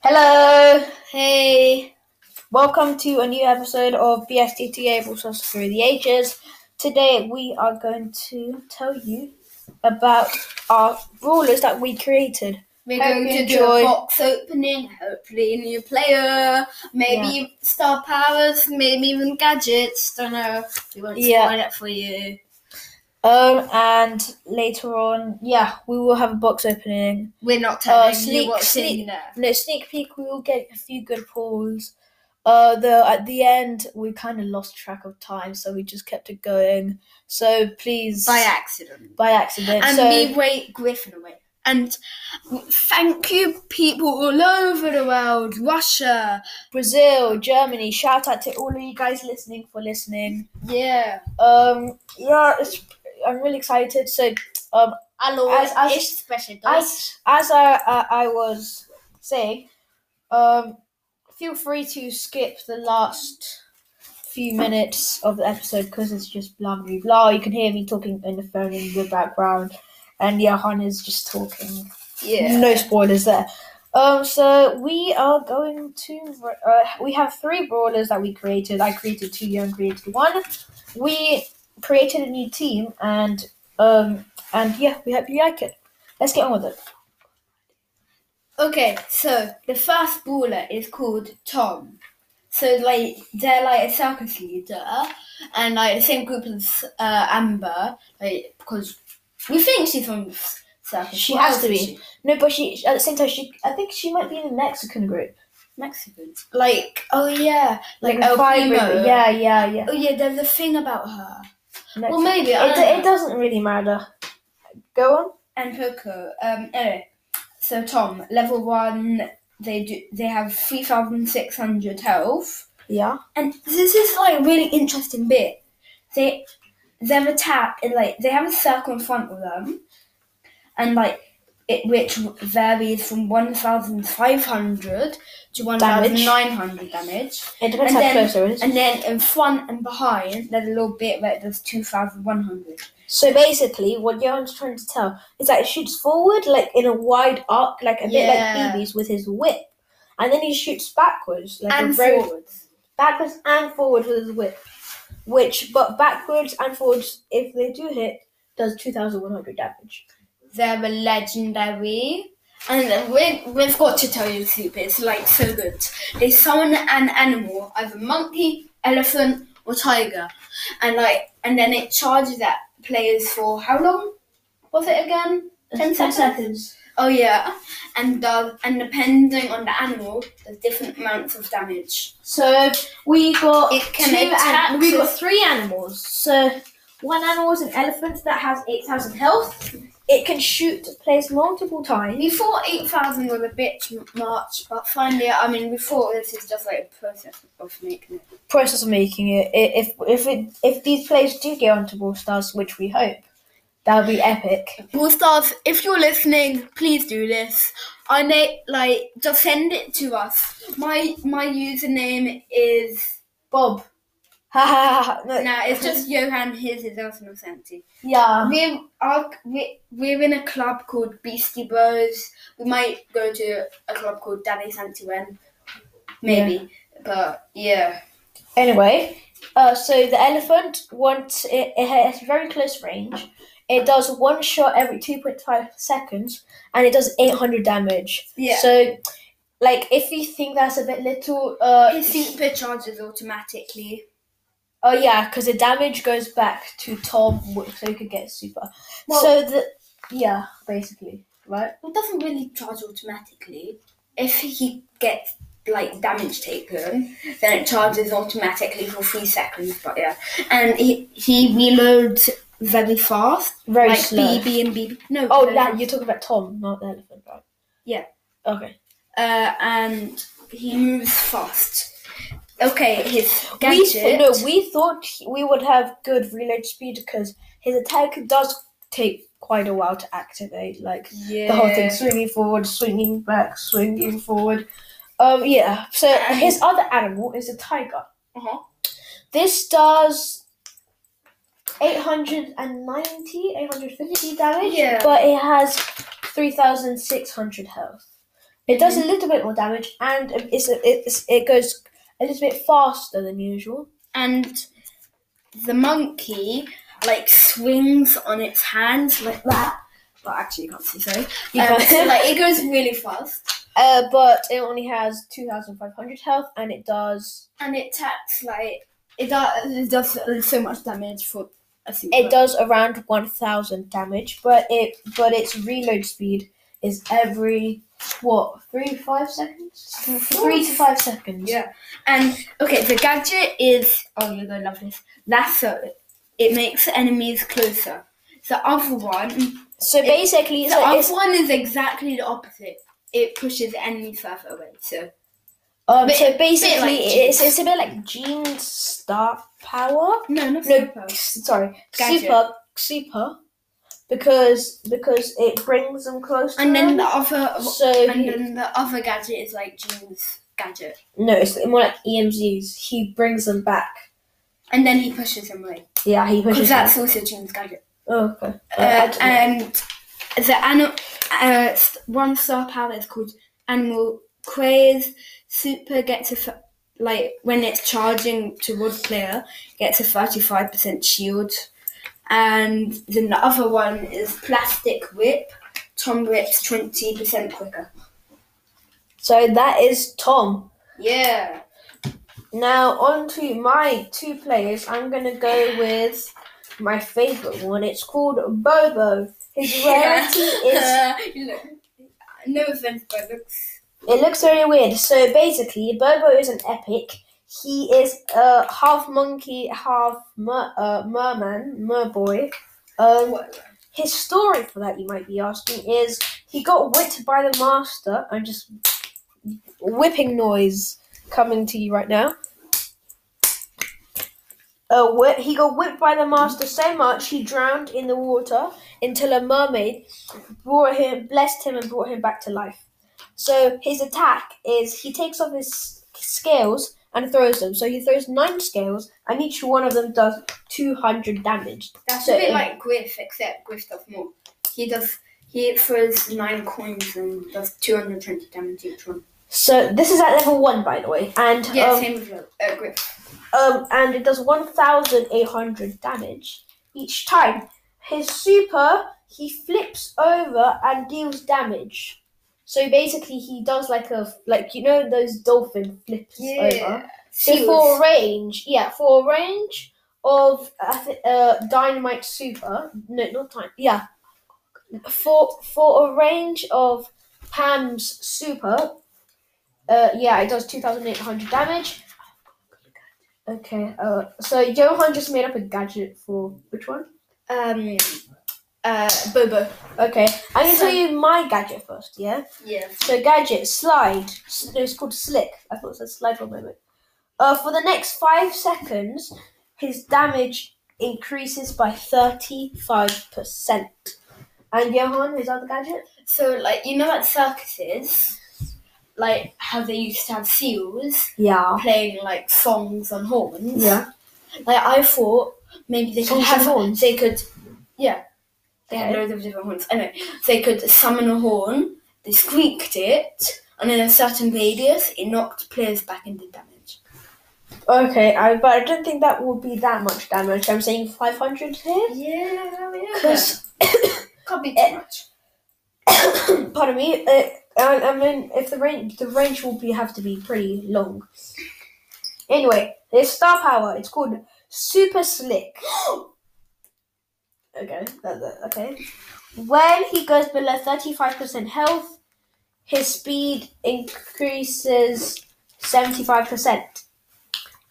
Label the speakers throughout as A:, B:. A: Hello,
B: Hey,
A: welcome to a new episode of BSTTA Brussels Through the Ages. Today we are going to tell you about our rulers that we created.
B: we're
A: Hope
B: going
A: you
B: to do
A: enjoy.
B: a box opening, hopefully a new player, maybe star powers, maybe even gadgets, don't know. We won't
A: Yeah.
B: spoil it for you.
A: Um, and later on, yeah, we will have a box opening.
B: We're not telling
A: Oh, sneak-
B: you what's
A: sneak-
B: in there.
A: No sneak peek. We will get a few good polls. Uh, though at the end we kind of lost track of time, so we just kept it going. So please,
B: By accident.
A: by accident.
B: And
A: so,
B: we rate Griffin away. And thank you, people all over the world, Russia.
A: Brazil, Germany. Shout out to all of you guys listening for listening.
B: Yeah.
A: Um, yeah, it's, I'm really excited. So, um,
B: Always
A: As- as-
B: special.
A: as as I I, I was saying, um, feel free to skip the last few minutes of the episode because it's just blah blah blah. You can hear me talking in the phone in the background, and Johan is just talking.
B: yeah.
A: No spoilers there. Um, so we are going to. Uh, we have three brawlers that we created. I created two, Young created one. We created a new team, and um, and yeah, we hope you like it. Let's get on with it.
B: Okay, so the first baller is called Tom. So like they're like a circus leader, and like the same group as uh, Amber, like because we think she's from the s- circus.
A: She
B: What
A: has
B: else
A: to
B: is
A: be.
B: she?
A: No, but she at the same time she. I think she might be in the Mexican group,
B: Mexican. Like oh yeah, like,
A: a
B: El
A: five
B: Primo.
A: group. Yeah, yeah, yeah.
B: Oh yeah, there's a thing about her.
A: Mexican.
B: Well, maybe um, I
A: it,
B: don't
A: do- it
B: know.
A: doesn't really matter. Go on.
B: and Poco. Um, anyway, so Tom, level one. They do. They have three thousand six hundred health.
A: Yeah.
B: And this is like a really interesting bit. They their attack is like they have a circle in front of them, and like it which varies from one thousand five hundred to one thousand nine hundred damage.
A: It depends
B: And
A: how
B: then-
A: close it is.
B: And then in front and behind, there's a little bit where it does two thousand one hundred.
A: So basically, what Johan's trying to tell is that it shoots forward, like in a wide arc, like a bit
B: Yeah.
A: like Phoebe's with his whip, and then he shoots backwards, like a
B: And
A: very
B: forwards.
A: backwards and forward with his whip. Which, but backwards and forwards, if they do hit, does two thousand one hundred damage.
B: They're a legendary. And then we, we've got to tell you the super, it's like so good. They summon an animal, either monkey, elephant, or tiger. And like and then it charges at players for how long? Was it again? Ten seconds? Oh yeah. And uh, and depending on the animal, there's different amounts of damage.
A: So we got
B: It can
A: two
B: attack
A: an- we
B: with-
A: got three animals. So one animal is an elephant that has eight thousand health. It can shoot players multiple times.
B: We thought eight thousand was a bit much, but finally I mean we thought this is just like a process of making it.
A: process of making it. i- If if it, if these players do get onto Brawl Stars, which we hope, that would be epic.
B: All stars, if you're listening, please do this. I na- like just send it to us. My my username is
A: Bob, ha ha ha. ha. No,
B: no, it's just Johan. His is Arsenal Santi.
A: yeah.
B: We're our, we're we're in a club called Beastie Bros. We might go to a club called Daddy Santi when maybe, but yeah.
A: Anyway, uh, so the elephant wants it, it has very close range. It does one shot every two point five seconds, and it does eight hundred damage.
B: Yeah.
A: So, like, if you think that's a bit little, uh,
B: His super charges automatically.
A: Oh yeah, because the damage goes back to Tom, wh- so he could get super.
B: Well-
A: so the yeah, basically, right?
B: Well, it doesn't really charge automatically. If he gets like damage taken, then it charges automatically for three seconds. But yeah, and he he reloads very fast,
A: Very
B: like
A: slow.
B: BB and BB. No,
A: Oh,
B: no,
A: that, you're talking about Tom, not the elephant, right?
B: Yeah.
A: Okay.
B: uh, and he moves fast. Okay, his
A: We
B: gadget.
A: th- no, we thought he- we would have good reload speed because his attack does take quite a while to activate, like
B: yeah.
A: the whole thing swinging forward, swinging back, swinging forward. Um, yeah. So
B: And-
A: his other animal is a tiger.
B: Uh-huh.
A: This does 890, 850 damage,
B: Yeah.
A: but it has 3,600 health. It does
B: Mm-hmm.
A: a little bit more damage, and it's, it's it goes a little bit faster than usual.
B: and the monkey like swings on its hands like that. Well, actually, you can't see. Sorry.
A: You
B: Um,
A: can't.
B: so, like it goes really fast,
A: Uh, but it only has two thousand five hundred health, and it does
B: and it attacks like it does. It does so much damage for a super.
A: it does around one thousand damage, but it but its reload speed is every what three five seconds, three to five seconds.
B: Yeah. And okay, the gadget is oh you're gonna love this. Lasso. It makes enemies closer. The other one,
A: So basically,
B: the
A: so
B: other
A: it's,
B: one is exactly the opposite. It pushes enemies further away. So
A: um,
B: bit-
A: so basically
B: like
A: it's,
B: Gene's.
A: it's a bit like Gene's star power.
B: no, not
A: No,
B: super.
A: sorry,
B: Gadget.
A: super super, because because it brings them close. To
B: And then the
A: them.
B: other,
A: Um, so
B: and
A: he-
B: then the other gadget is like Gene's gadget,
A: no, it's more like EMGs. He brings them back.
B: and then he pushes him away
A: Yeah, he pushes.
B: because
A: them.
B: that's also Gene's gadget.
A: Oh, okay. Uh, I
B: Uh,
A: don't know.
B: and the animal, uh, st- one star power is called Animal Craze. Super gets a f- like when it's charging toward player gets a thirty five percent shield, and then the other one is Plastic Whip. Tom whips twenty percent quicker.
A: so that is Tom.
B: Yeah.
A: Now on to my two players. I'm gonna go with my favorite one. It's called Bobo. His rarity is
B: you know, no offense, but looks.
A: It looks very weird. So basically, Bobo is an epic. He is uh, half monkey, half mer- uh, merman, merboy. Um, his story for that, you might be asking, is he got whipped by the master and just whipping noise coming to you right now. Uh, whi- he got whipped by the master so much he drowned in the water until a mermaid brought him, blessed him, and brought him back to life. So his attack is he takes off his s- scales and throws them. So he throws nine scales, and each one of them does 200 damage.
B: That's
A: So,
B: a bit
A: um,
B: like Griff, except Griff does more. He does. He throws nine coins and does 220 damage each one.
A: So this is at level one, by the way, and
B: Yeah,
A: um,
B: same with uh, Griff.
A: um, and it does 1,800 damage each time. His super he flips over and deals damage. So basically, he does like a like you know those dolphin flips over. So for a range, yeah, for a range of I thi- uh, dynamite super, no, not time, yeah, for for a range of Pam's super, uh, yeah, it does two thousand eight hundred damage. Okay, uh, so Johan just made up a gadget for which one?
B: um, uh, Bobo.
A: Okay, I'm gonna
B: So-
A: tell you my gadget first, yeah.
B: Yeah.
A: So gadget slide. S- No, it's called slick. I thought it said slide for a moment. Uh, for the next five seconds, his damage increases by thirty-five percent. And Johan, his other gadget.
B: So like you know at circuses, like how they used to have seals
A: Yeah.
B: playing like songs on horns.
A: Yeah.
B: Like I thought maybe they could
A: Songs
B: have
A: and horns?
B: They could, yeah. They had
A: Okay.
B: loads of different horns. Anyway, they could summon a horn. They squeaked it, and in a certain radius, it knocked players back and did damage.
A: Okay, I, but I don't think that will be that much damage. I'm saying five hundred here.
B: Yeah,
A: Because,
B: can't be
A: too
B: too much.
A: pardon me. Uh, I, I mean, if the range, the range will be have to be pretty long. Anyway, his star power. It's called super slick. Okay, that, that, okay. When he goes below 35% health, his speed increases 75%.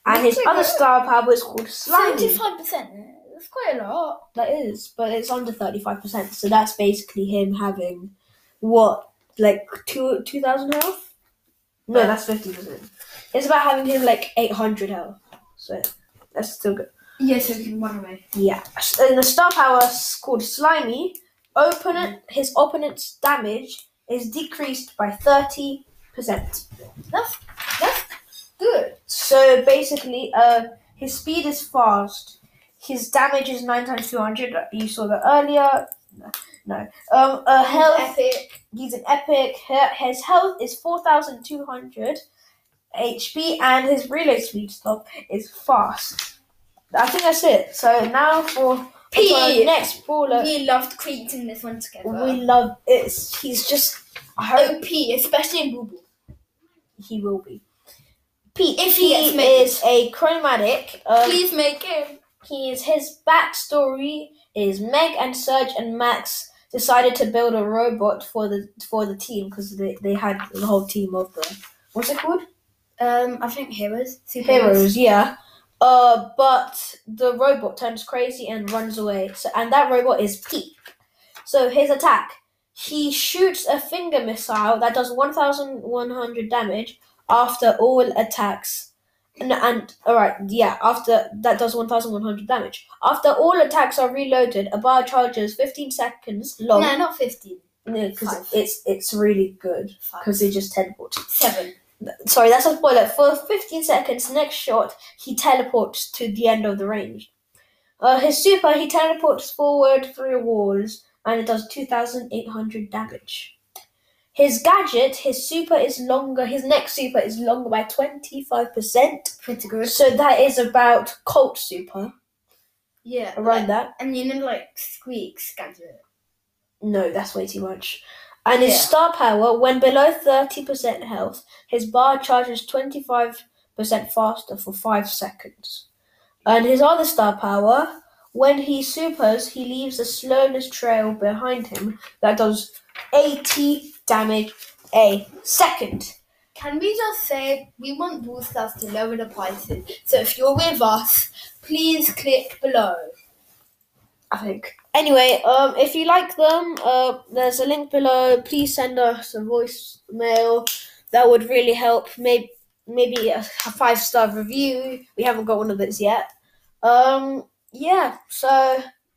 A: And his
B: That's
A: other
B: okay.
A: star power is called Slimy.
B: Seventy-five percent. That's quite a lot.
A: That is, but it's under 35%, so that's basically him having, what, like two 2,000 health? No, that's 50%. It's about having him like 800 health, so that's still good.
B: Yeah, so we can run away.
A: Yeah, and the star power s- called Slimy. Opponent, his opponent's damage is decreased by thirty percent.
B: That's that's good.
A: So basically, uh, his speed is fast. His damage is nine times two hundred. You saw that earlier. No. Um, uh, health.
B: Epic.
A: He's an epic. Her- His health is 4,200 HP and his reload speed stop is fast. I think that's it. So now for for our
B: P.
A: next brawler.
B: We loved creating this one together.
A: We love it's he's just I hope
B: OP, especially in Boo
A: he will be. Pete
B: If he gets made.
A: is a chromatic. Um,
B: Please make him.
A: he is his backstory is Meg and Serge and Max decided to build a robot for the for the team because they, they had the whole team of the what's it called
B: Um, I think heroes.
A: heroes yeah. Uh, but the robot turns crazy and runs away. So, and that robot is Pete. So his attack, he shoots a finger missile that does one thousand one hundred damage after all attacks. And, and all right, yeah. After that does one thousand one hundred damage. After all attacks are reloaded, a bar charges fifteen seconds long.
B: No, not 15.
A: because
B: Five.
A: it's it's really good because they just teleport
B: Seven.
A: sorry, that's a spoiler. For 15 seconds, next shot, he teleports to the end of the range. Uh, his super, he teleports forward through walls and it does 2,800 damage. His gadget, his super is longer, his next super is longer by 25%.
B: Pretty good.
A: So that is about Colt super,
B: Yeah.
A: around that.
B: And you know, like, Squeak Scandal.
A: No, that's way too much. And his
B: Yeah.
A: star power, when below 30% health, his bar charges 25% faster for 5 seconds. And his other star power, when he supers, he leaves a slowness trail behind him that does 80 damage a second.
B: Can we just say we want Bullstars to lower the prices? So if you're with us, please click below.
A: I think. Anyway, um, if you like them, uh, there's a link below. Please send us a voicemail. That would really help. Maybe maybe a five star review. We haven't got one of those yet. Um, yeah. So,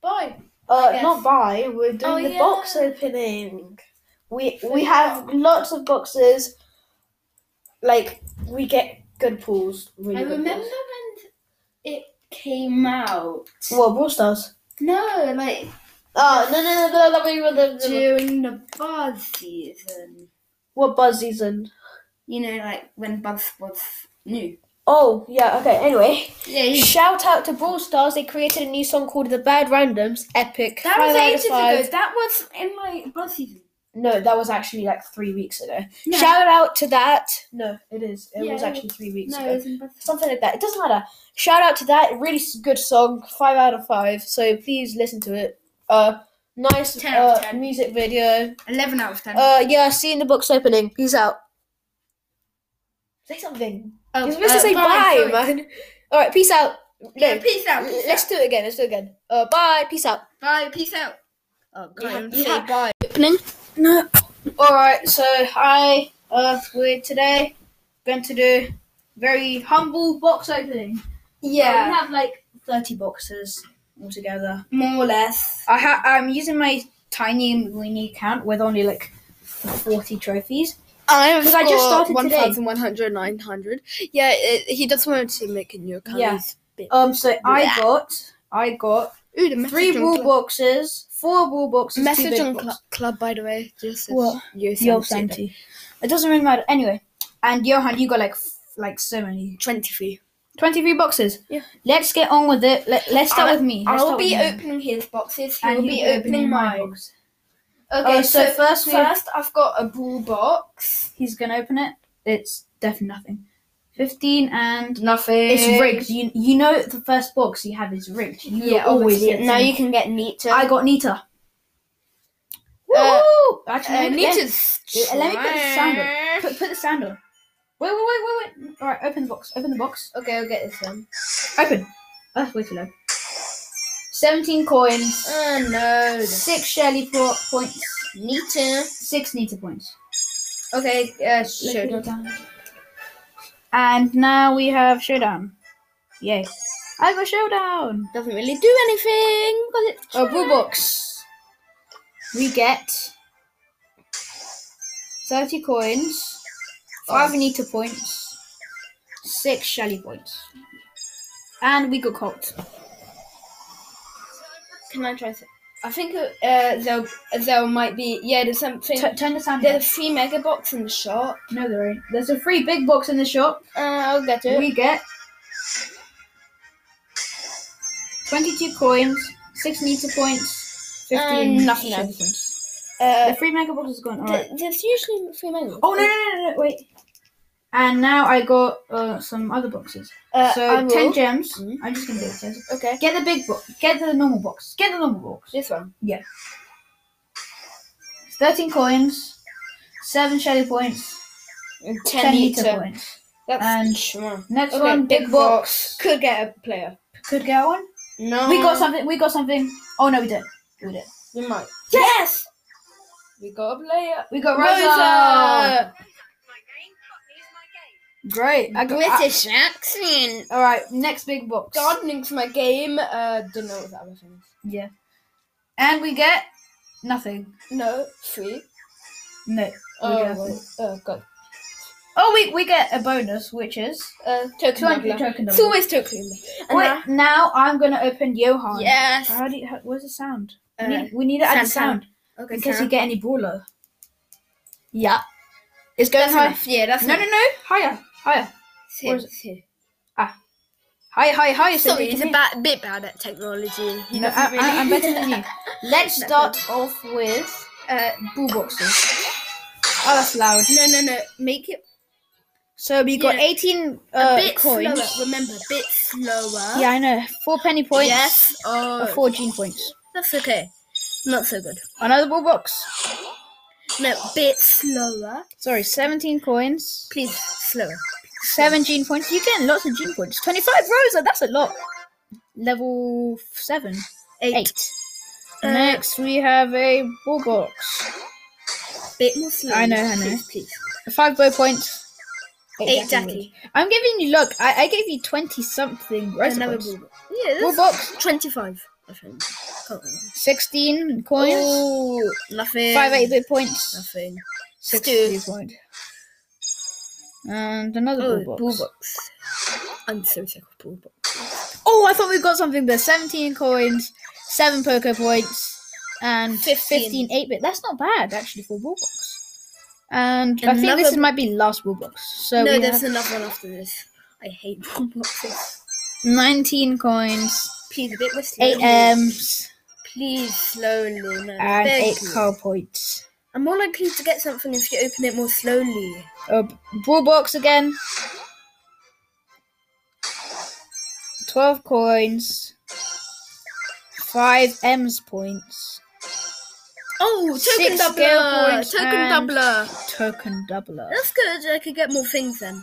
B: Bye.
A: uh,
B: Yes.
A: not by we're doing
B: Oh,
A: the
B: yeah.
A: box opening. We we have lots of boxes. Like we get good pulls. Really
B: I
A: good
B: remember
A: Pulls.
B: when it came out.
A: What Brawl Stars?
B: No, like
A: Oh no no no! no, no, no, no, no, no.
B: during the Buzz season.
A: What Buzz season?
B: You know, like when Buzz was new.
A: Oh yeah. Okay. Anyway.
B: Yeah, you
A: Shout out to Brawl Stars. They created a new song called The Bad Randoms. Epic.
B: That
A: Five out
B: was
A: of
B: ages
A: five.
B: ago. That was in like Buzz season.
A: No, that was actually like three weeks ago.
B: No.
A: Shout out to that. No, it is. It
B: Yeah,
A: was
B: it
A: actually three weeks
B: No, it
A: ago.
B: was in Buzz.
A: Something like that. It doesn't matter. Shout out to that. Really s- good song. Five out of five. So please listen to it. Uh, nice
B: Ten out of
A: uh,
B: ten.
A: music video.
B: Eleven out of ten.
A: Uh, yeah. See you in the box opening. Peace out. Say something.
B: Oh,
A: You're supposed to
B: uh,
A: say bye,
B: sorry.
A: man. All right. Peace out. No,
B: Yeah, peace out. Peace
A: Let's
B: out.
A: do it again. Let's do it again. Uh, bye. Peace out.
B: Bye. Peace out. Oh
A: You ha-
B: God.
A: you
B: say
A: ha- bye.
B: Opening.
A: No. All right. So hi. Uh, we're today going to do very humble box opening. we
B: Yeah.
A: have like thirty boxes altogether.
B: More or less.
A: I ha- I'm using my tiny weenie account with only like forty trophies.
C: I'm
A: 'Cause I just started today.
C: 1,100, 900. Yeah, it, he does want to make a new account.
A: Yeah.
C: He's bit-
A: Um. So I
C: Yeah.
A: got I got
C: Ooh, the message
A: three
C: on
A: wall
C: Cla-
A: boxes, four wall boxes, two
C: message
A: big
C: on
A: boxes.
C: cl- club, by the way. Just says
A: What?
C: Yo
A: Yo,
C: Santi.
A: Santi. It doesn't really matter. Anyway, and Johan, you got like f- like so many.
C: 23.
A: 23 boxes.
C: Yeah.
A: Let's get on with it. Let, let's start
B: I-
A: with me. Let's
B: I'll
A: start
B: be
A: with me.
B: opening his boxes.
A: And
B: He'll
A: you
B: be opening mine.
A: box.
B: Okay.
C: Uh,
A: Oh, so
B: so
A: first we-
B: first, I've got a ball box.
A: He's going to open it. It's definitely nothing. 15 and.
B: Nothing.
A: It's rigged. You, you know the first box you have is rigged. You
B: Yeah,
A: always
B: obviously.
A: get
B: Now
A: them.
B: you can get Nita.
A: I got Nita.
B: Uh,
A: Woo! Actually,
B: uh,
A: let me-
B: Nita's.
A: let, let me put the sound on.
B: trash.
A: Put, put the sound on. Wait, wait, wait, wait, wait. Alright, open the box. Open the box.
B: Okay, I'll get this one.
A: Open. Oh, way too low. 17 coins.
B: Oh no.
A: Six Shelly po- points.
B: Nita.
A: Six Nita points.
B: Okay, uh,
A: Let me
B: sure.
A: go down. And now we have showdown. Yay. I have a showdown.
C: Doesn't really do anything, but it.
A: A blue box. We get 30 coins, 5 Anita points, 6 Shelly points. And we got Colt.
B: Can I try something?
A: I think uh, there there might be yeah there's something
C: T- turn the sound down.
A: there's three mega box in the shop.
C: No, there ain't. There's a free big box in the shop.
A: Uh, I'll get it.
C: We get 22 coins, 6 meter points, 15
A: And nothing
C: shield
A: else.
C: points.
A: uh,
C: The free mega box is gone. Alright.
A: th- there's usually three mega.
C: Oh, no, no, no, no, wait. And now I got uh, some other boxes.
A: Uh, I
C: so
A: will-
C: 10 gems.
A: Mhm.
C: I'm just gonna get the gems.
A: Okay.
C: Get the big box. Get the normal box. Get the normal box.
A: This one.
C: It's 13 coins, 7 shadow points,
A: Ten,
C: 10 meter,
A: meter.
C: points.
A: That's
C: And
A: sure.
C: Next
A: Okay,
C: one, big,
A: big
C: box.
A: Could get a player.
C: Could get one.
A: No.
C: We got something. We got something. Oh no, we did. We did.
A: We might.
C: Yes,
A: We got a player.
C: we got Rosa.
A: Rosa.
C: Great. I got, I-
B: British accent.
C: all right, next big box.
A: Gardening's my game. Uh, don't know what that other thing is.
C: Yeah. And we get nothing.
A: No, free.
C: No.
A: Oh,
C: get
A: right. oh god.
C: Oh, we we get a bonus, which is
A: Uh, token
C: 200
A: Doubler.
C: token.
A: It's
C: doubler.
A: always token. Doubler. And
C: Wait, now I'm gonna open
B: Yes.
C: Johan.
B: Yes.
C: How do you, how, where's the sound?
A: now-
C: we, need, we need to add a
B: sound,
C: sound,
B: Okay.
C: in case we
B: Sarah.
C: get any brawler.
B: Yeah. It's going
C: That's
B: high. Yeah, that's
C: No, no, no. Higher, higher,
B: no.
C: higher, higher, higher. so
B: Sorry,
C: we
B: he's
C: can
B: a ba- bit bad at technology. He
C: No, I,
B: doesn't
C: I, am
B: really-
C: better than you. Let's start off with uh, boo boxes. Oh, that's loud.
B: No, no, no. Make it
C: So we got
B: Yeah.
C: 18
B: a
C: uh,
B: bit
C: coins.
B: slower. Remember, a bit slower.
C: Yeah, I know. Four penny points.
B: Yes.
C: Or
B: Oh,
C: 14 points.
B: that's okay. Not so good.
C: Another boo box.
B: No, bit slower.
C: Sorry, 17 coins.
B: Please, slower.
C: 17 points. You're getting lots of gene points. 25 Rosa, that's a lot. Level 7.
B: Eight.
C: 8.
B: Uh,
C: Next, we have a ball box.
B: Bit more slow.
C: I know, I know.
B: Please, please.
C: 5 bow points.
B: Eight,
C: Jackie.
B: Jackie.
C: I'm giving you look. I, I gave you twenty something. Rosa
B: Another
C: points.
B: ball. Yeah,
C: Ball
B: that's
C: box.
B: 25, I think. Oh,
C: Sixteen coins.
B: nothing.
C: Five eight bit points.
B: Nothing.
C: Sixty point. And another
B: Oh,
C: ball box.
B: ball box. I'm so sick of ball box.
C: Oh, I thought we got something there. Seventeen coins, seven poker points, and
B: 15.
C: 15 8 bit. That's not bad actually for a ball box. And I think
B: Another
C: this
B: b-
C: might be last ball box. So
B: no,
C: we
B: there's
C: have
B: another one after this. I hate ball boxes.
C: nineteen coins,
B: Please, a bit more slowly.
C: eight M's,
B: Please, slowly. No,
C: and
B: beg
C: eight
B: you.
C: car points.
B: I'm more likely to get something if you open it more slowly.
C: Uh, ball box again. 12 coins. 5 M's points.
B: Oh, token
C: Six
B: doubler.
C: skill points
B: token
C: and-
B: doubler.
C: Token doubler.
B: That's good. I could get more things then.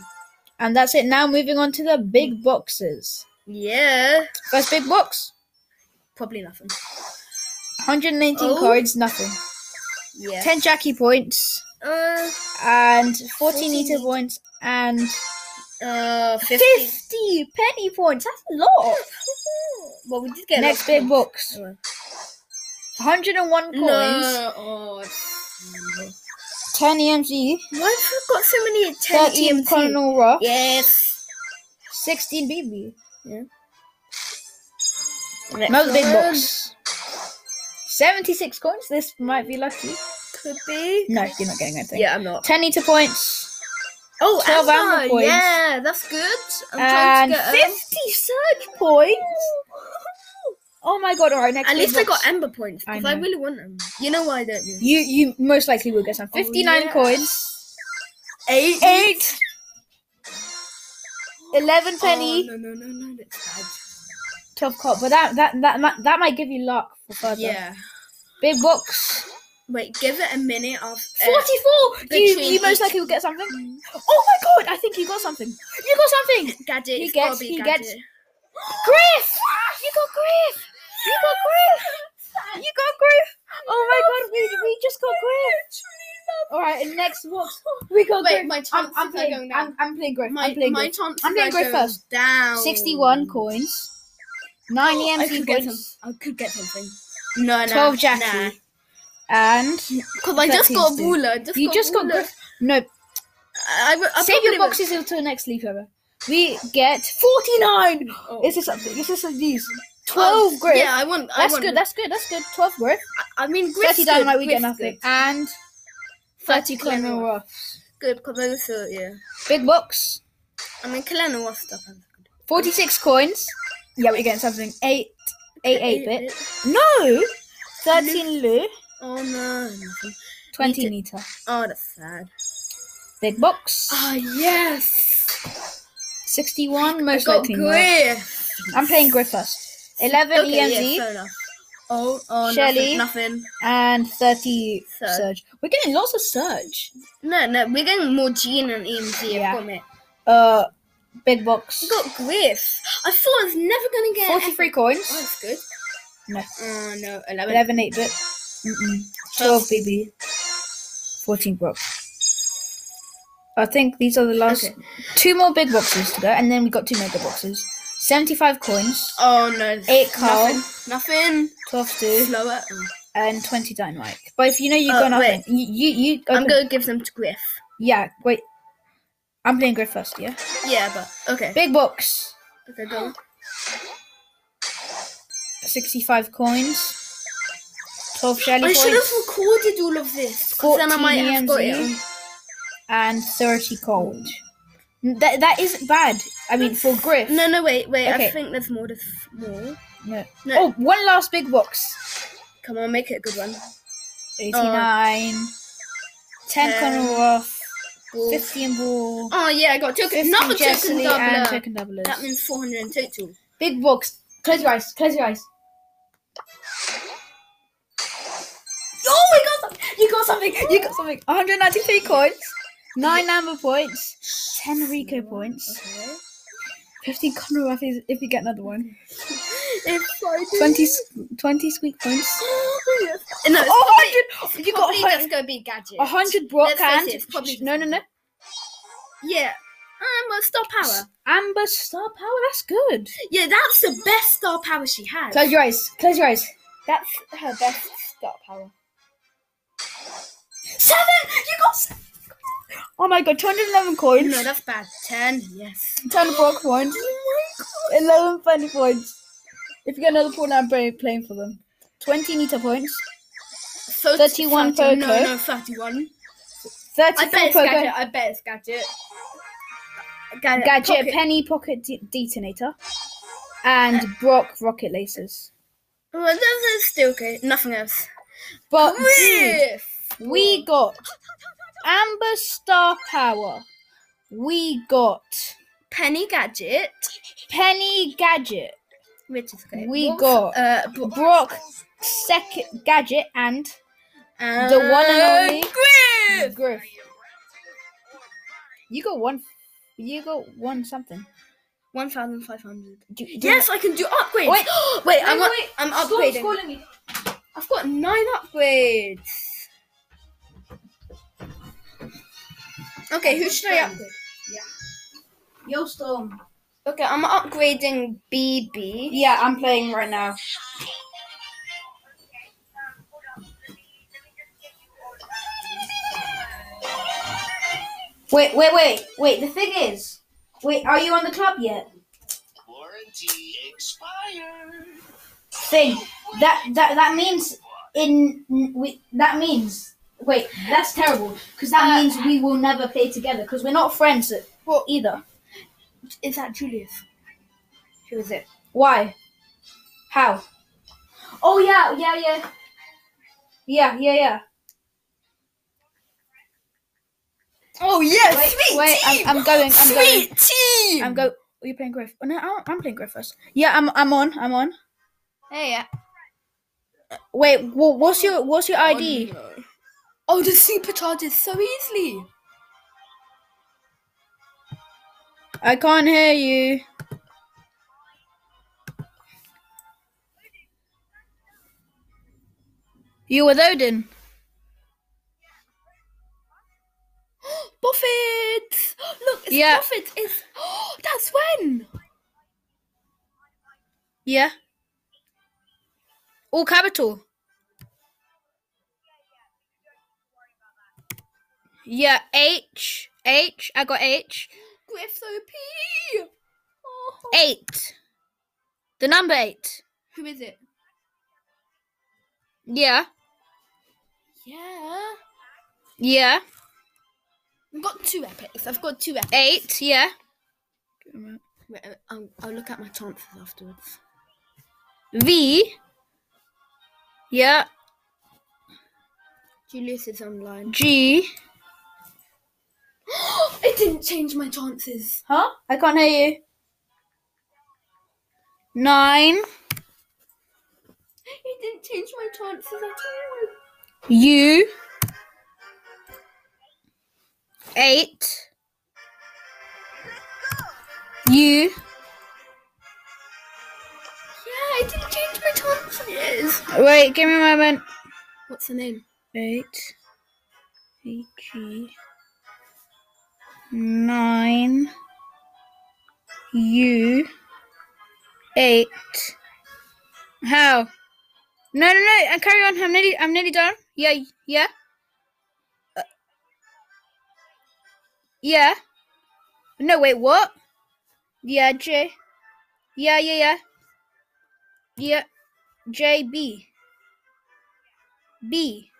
C: And that's it. Now moving on to the big boxes.
B: Yeah.
C: First big box.
B: Probably nothing.
C: 119
B: Oh.
C: coins, nothing.
B: Yeah.
C: 10 Jackie points.
B: Uh,
C: And 14
B: 14
C: Eater
B: meter.
C: points. And
B: uh, 50.
C: 50 penny points. That's a lot.
B: Well, we did get lots
C: Next
B: of
C: big box.
B: them.
C: 101 coins.
B: No. Oh, it's-
C: 10 EMG.
B: Why have we got so many 10
C: 13
B: EMT?
C: Colonel Ross.
B: Yes.
C: 16 BB.
B: Next
C: Another big
B: one.
C: box. 76 coins. This might be lucky.
B: Could be.
C: No, you're not getting anything.
B: Yeah, I'm not.
C: 10 meter points.
B: Oh,
C: 12 ammo
B: ammo,
C: points.
B: Yeah, that's good. I'm trying
C: and
B: to get.
C: 50
B: um,
C: surge points. Oh my god, alright, next
B: At least
C: big
B: I got
C: box.
B: ember points
C: I
B: because I,
C: know.
B: really want them. You know why I don't you?
C: You, you most likely will get some.
B: Oh,
C: 59
B: yeah.
C: coins.
B: Eight.
C: 8. 11
A: Um,
C: penny.
B: Oh, no, no, no, no, that's
C: 12 cop. But that, that, that, might, that might give you luck for
B: bad.
C: further.
B: Yeah.
C: Big box.
B: Wait, give it a minute after.
C: 44! You,
B: Uh, between
C: you most
B: each-
C: likely will get something. Oh my god, I think you got something. You got something!
B: Gadget.
C: He
B: it's
C: gets-
B: gotta be
C: he
B: gadget.
C: gets- Griff! You got Griff! You got Griff! You got Griff! Oh my god, we, we just got Griff! Alright, and next box. We got
B: Wait,
C: Griff.
B: my
C: I'm,
B: chances
C: I'm,
B: are
C: playing,
B: going down.
C: I'm, I'm playing Griff.
B: my
C: I'm playing
B: my
C: Griff.
B: chances
C: I'm playing
B: are
C: Griff
B: going
C: first.
B: Down.
C: 61 coins. 9
B: I
C: EMC
B: could get
C: points.
B: some- I could get something. No, no.
C: 12 Jackie. And
B: Because I just
C: Jackie's
B: got
C: too.
B: ruler. Just
C: you just got
B: ruler.
C: Griff. No,
B: I, I, I
C: save your
B: probably would-
C: boxes until next sleepover. We get 49!
B: Oh.
C: Is this something? Is this a these? Twelve growth.
B: Yeah, I want. I
C: that's
B: want,
C: good. That's good. That's good. Twelve growth.
B: I mean, Griff's
C: Thirty dynamite.
B: good,
C: We get
B: Griff's
C: nothing.
B: good.
C: And
B: Thirty
C: Clement
B: Kalenoa.
C: Ruffs.
B: Good, because those are yeah.
C: Big box.
B: I mean, Kalenoa stuff. is good.
C: Forty-six coins. Yeah, we're getting something. Eight, eight, eight bit.
B: bit.
C: No. Thirteen Lou.
B: Oh no. nothing.
C: Twenty meter.
B: Oh, that's sad.
C: Big box.
B: Oh yes.
C: Sixty-one.
B: I
C: Most
B: got
C: likely. not.
B: Griff.
C: I'm playing Griff first. Eleven E EMZ
B: yeah, fair enough. Oh, oh,
C: Shelley.
B: nothing, nothing.
C: and thirty
B: Surge.
C: surge. We're getting lots of surge.
B: No, no, we're getting more Gene and E EMZ.
C: Yeah.
B: Yeah. From it.
C: Uh, big box.
B: We got Griff. I thought I was never gonna get.
C: Forty-three
B: Oh,
C: coins.
B: that's good.
C: No.
B: Oh no, eleven.
C: Eleven eight bit. Mm-mm. Twelve BB. Fourteen box. I think these are the last
B: Okay.
C: two more big boxes to go, and then we got two mega boxes. Seventy-five coins,
B: Oh no.
C: Eight Carl.
B: Nothing. nothing.
C: twelve stew,
B: Slower.
C: and twenty dynamite. But if you know you
B: Uh,
C: got nothing,
B: wait.
C: you you, you
B: I'm
C: open-
B: gonna give them to Griff.
C: Yeah, wait. I'm playing grid first. Yeah.
B: Yeah, but okay.
C: Big box.
B: Okay, go.
C: 65 coins. 12 Shelly
B: I
C: coins.
B: should have recorded all of this. 'cause Then I
C: 14
B: might have got it.
C: EMZ.
B: on-
C: And 30 gold. That, that isn't bad. I mean, for Griff.
B: No, no, wait, wait.
C: Okay.
B: I think there's more. There's more.
C: No.
B: No.
C: Oh, one last big box.
B: Come on, make it a good one.
C: 89. 10
B: Ten.
C: Connor off.
B: Wolf.
C: 50 in ball.
B: Oh yeah, I got token.
C: 50
B: Another token
C: Jessie and
B: doubler.
C: token doublers.
B: That means 400 in total.
C: Big box. Close your eyes. Close your eyes. Oh, we got something. You got something. You got something. 193 coins. 9 Amber points. 10 Rico points.
B: Okay.
C: 15 Conor Ruff is- if you get another one.
B: If I do-
C: 20, s- 20 squeak points.
B: no,
C: Oh,
B: it's
C: 100. You got
B: probably just
C: 100,
B: gonna be gadget.
C: 100 Brock
B: Let's face
C: and.
B: it, it's probably-
C: No, no, no.
B: Yeah. Um, well, star power.
C: Amber Star Power. That's good.
B: Yeah, that's the best star power she has.
C: Close your eyes. Close your eyes.
B: That's her best star power.
C: Seven. You got. Seven. Oh my god, 211 coins.
B: No, that's bad. Ten. Yes.
C: 10 block points. 11 funny points. If you get another point, I'm playing, playing for them. 20 meter points.
B: So
C: 31
B: 30, No,
C: Poco.
B: no, thirty-one.
C: 30
B: I bet it's
C: poker.
B: gadget. I bet it's gadget. Gadget.
C: Gadget,
B: pocket.
C: penny, pocket de- detonator. And Brock rocket laces.
B: Well, those are still okay. Nothing else.
C: But dude,
B: Griff.
C: we got Amber Star Power. We got
B: Penny gadget.
C: Penny Gadget.
B: Which is great.
C: We
B: Wolf,
C: got
B: uh, Bro-
C: Brock second gadget and
B: and
C: the one and only
B: Griff.
C: Griff. You got one. You got one something.
B: One thousand five hundred.
C: Do- do
B: Yes, I can do upgrades.
C: Wait.
B: wait,
C: Hang
B: I'm,
C: on,
B: up-
C: wait.
B: I'm
C: Storm's
B: upgrading.
C: calling me.
B: I've got nine upgrades. Okay, who should I upgrade?
C: Yo, Storm.
B: Okay, I'm upgrading BB.
C: Yeah, I'm playing right now. Wait, wait, wait, wait. The thing is, wait, are you on the club yet?
D: Warranty expired.
C: Thing that that that means in we that means wait that's terrible because
B: Uh,
C: that means we will never play together because we're not friends well, either.
B: Is that Julius? Who is it?
C: Why? How? Oh yeah, yeah, yeah. Yeah, yeah, yeah.
B: Oh yeah,
C: Wait,
B: sweet
C: wait,
B: team.
C: I'm, I'm going, I'm
B: sweet team.
C: going. I'm go. Are you playing Griff? Oh, no, I'm- I'm playing Griff first. Yeah, I'm, I'm on, I'm on.
B: Hey, yeah.
C: Wait, wha- what's your, what's your ID?
B: Oh, no. oh, the supercharges so easily.
C: I can't hear you. You with Odin?
B: Buffett. Look, it's
C: Yeah.
B: Buffett. It's that's when.
C: Yeah. All capital. Yeah, H H. I got H.
B: Griff's OP.
C: Eight. The number eight.
B: Who is it?
C: Yeah.
B: Yeah.
C: Yeah.
B: Uh, I've got two epics. I've got two epics.
C: Eight. Yeah.
B: Wait, uh, I'll, I'll look at my chances afterwards.
C: V. Yeah.
B: Julius is online.
C: G.
B: it didn't change my chances.
A: Huh? I can't hear you.
C: Nine.
B: It didn't change my chances at all.
C: U. Eight. U.
B: Yeah, it didn't change my chances.
C: Wait, give me a moment.
B: What's the name?
C: eight, AG, nine, U, eight. How? No, no, no. uh, Carry on. I'm nearly, I'm nearly done. Yeah, yeah, Uh, yeah. No, wait. What? Yeah, J. Yeah, yeah, yeah. Yeah, J B. B.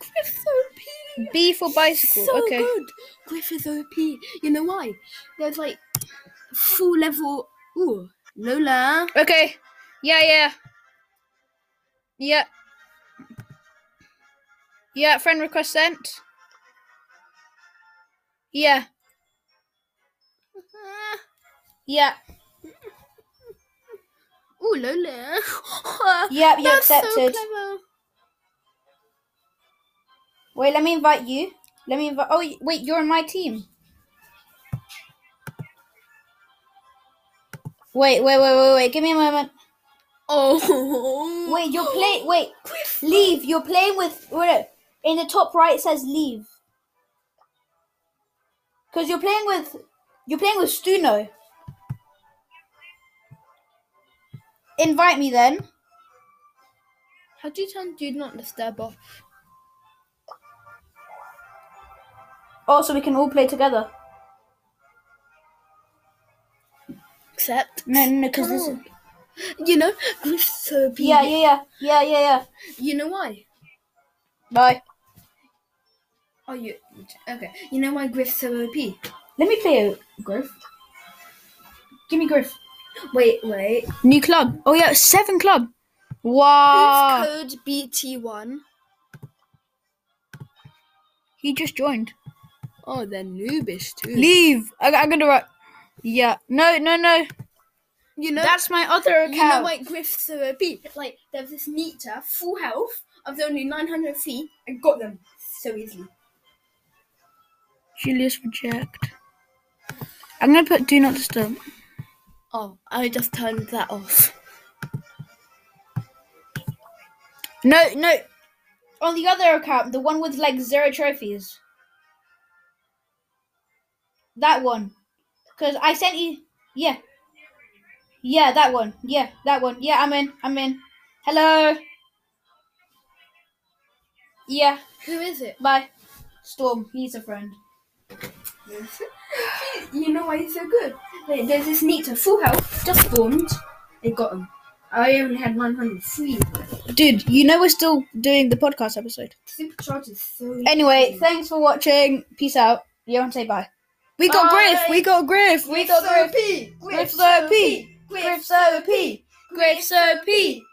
B: Griff is OP.
C: B for bicycle.
B: So
C: okay.
B: good. Griff is OP. You know why? There's like full level. Ooh, Lola.
C: Okay. Yeah, yeah. Yeah. Yeah, friend request sent. Yeah. Yeah.
B: Ooh, Lola.
A: Yep, you
B: That's so
A: accepted.
B: clever.
A: wait, let me invite you. Let me invite. Oh, y- wait, you're on my team. Wait, wait, wait, wait, wait. Give me a moment.
B: Oh.
A: Wait, you're playing. Wait, leave. You're playing with. wait, no. In the top right, it says leave. Because you're playing with. You're playing with Stuno. Invite me then.
B: How do you turn do not disturb off?
A: Oh, so we can all play together.
B: Accept.
A: No, no, because this.
B: Oh. You know, Griff's so OP.
A: Yeah, yeah, yeah, yeah, yeah, yeah.
B: You know why?
A: Bye.
B: Oh, you. Okay. You know why Griff's so OP?
A: Let me play a Griff. Give me Griff.
B: Wait, wait.
C: New club. Oh yeah, seven club. Wow.
B: Who's code BT1?
C: He just joined.
B: Oh, they're noobish too.
C: Leave. I, I'm gonna write. Yeah. No, no, no.
B: you know,
C: That's my other account.
B: you know why Griff's so OP? Like, there's this Nita, full health, of only 900 feet, and got them so easily.
C: Julius reject. I'm gonna put do not disturb.
B: Oh, I just turned that off.
C: No, no.
A: On the other account, the one with like zero trophies. That one. Because I sent you. Yeah. Yeah, that one. Yeah, that one. Yeah, I'm in. I'm in. Hello. Yeah,
B: Who is it?
A: bye. Storm, he's a friend.
B: you know why he's so good? Like, there's this Nita, full health, just spawned, they got him. I only had 900 free.
C: Dude, you know we're still doing the podcast episode.
B: Supercharge is so easy.
A: Anyway, thanks for watching. Peace out. You want to say bye?
C: We got
B: Bye.
C: Griff. We got Griff.
A: We got Griff.
B: P.
A: Griff's OP.
B: Griff's OP.
A: Griff's OP.